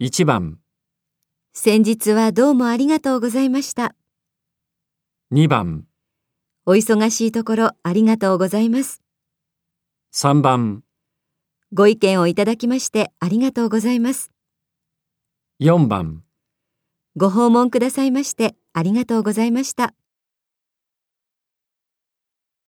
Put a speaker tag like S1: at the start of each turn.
S1: 1番、
S2: 先日はどうもありがとうございました。
S1: 2番、
S2: お忙しいところありがとうございます。
S1: 3番、
S2: ご意見をいただきましてありがとうございます。
S1: 4番。
S2: ご訪問くださいましてありがとうございました。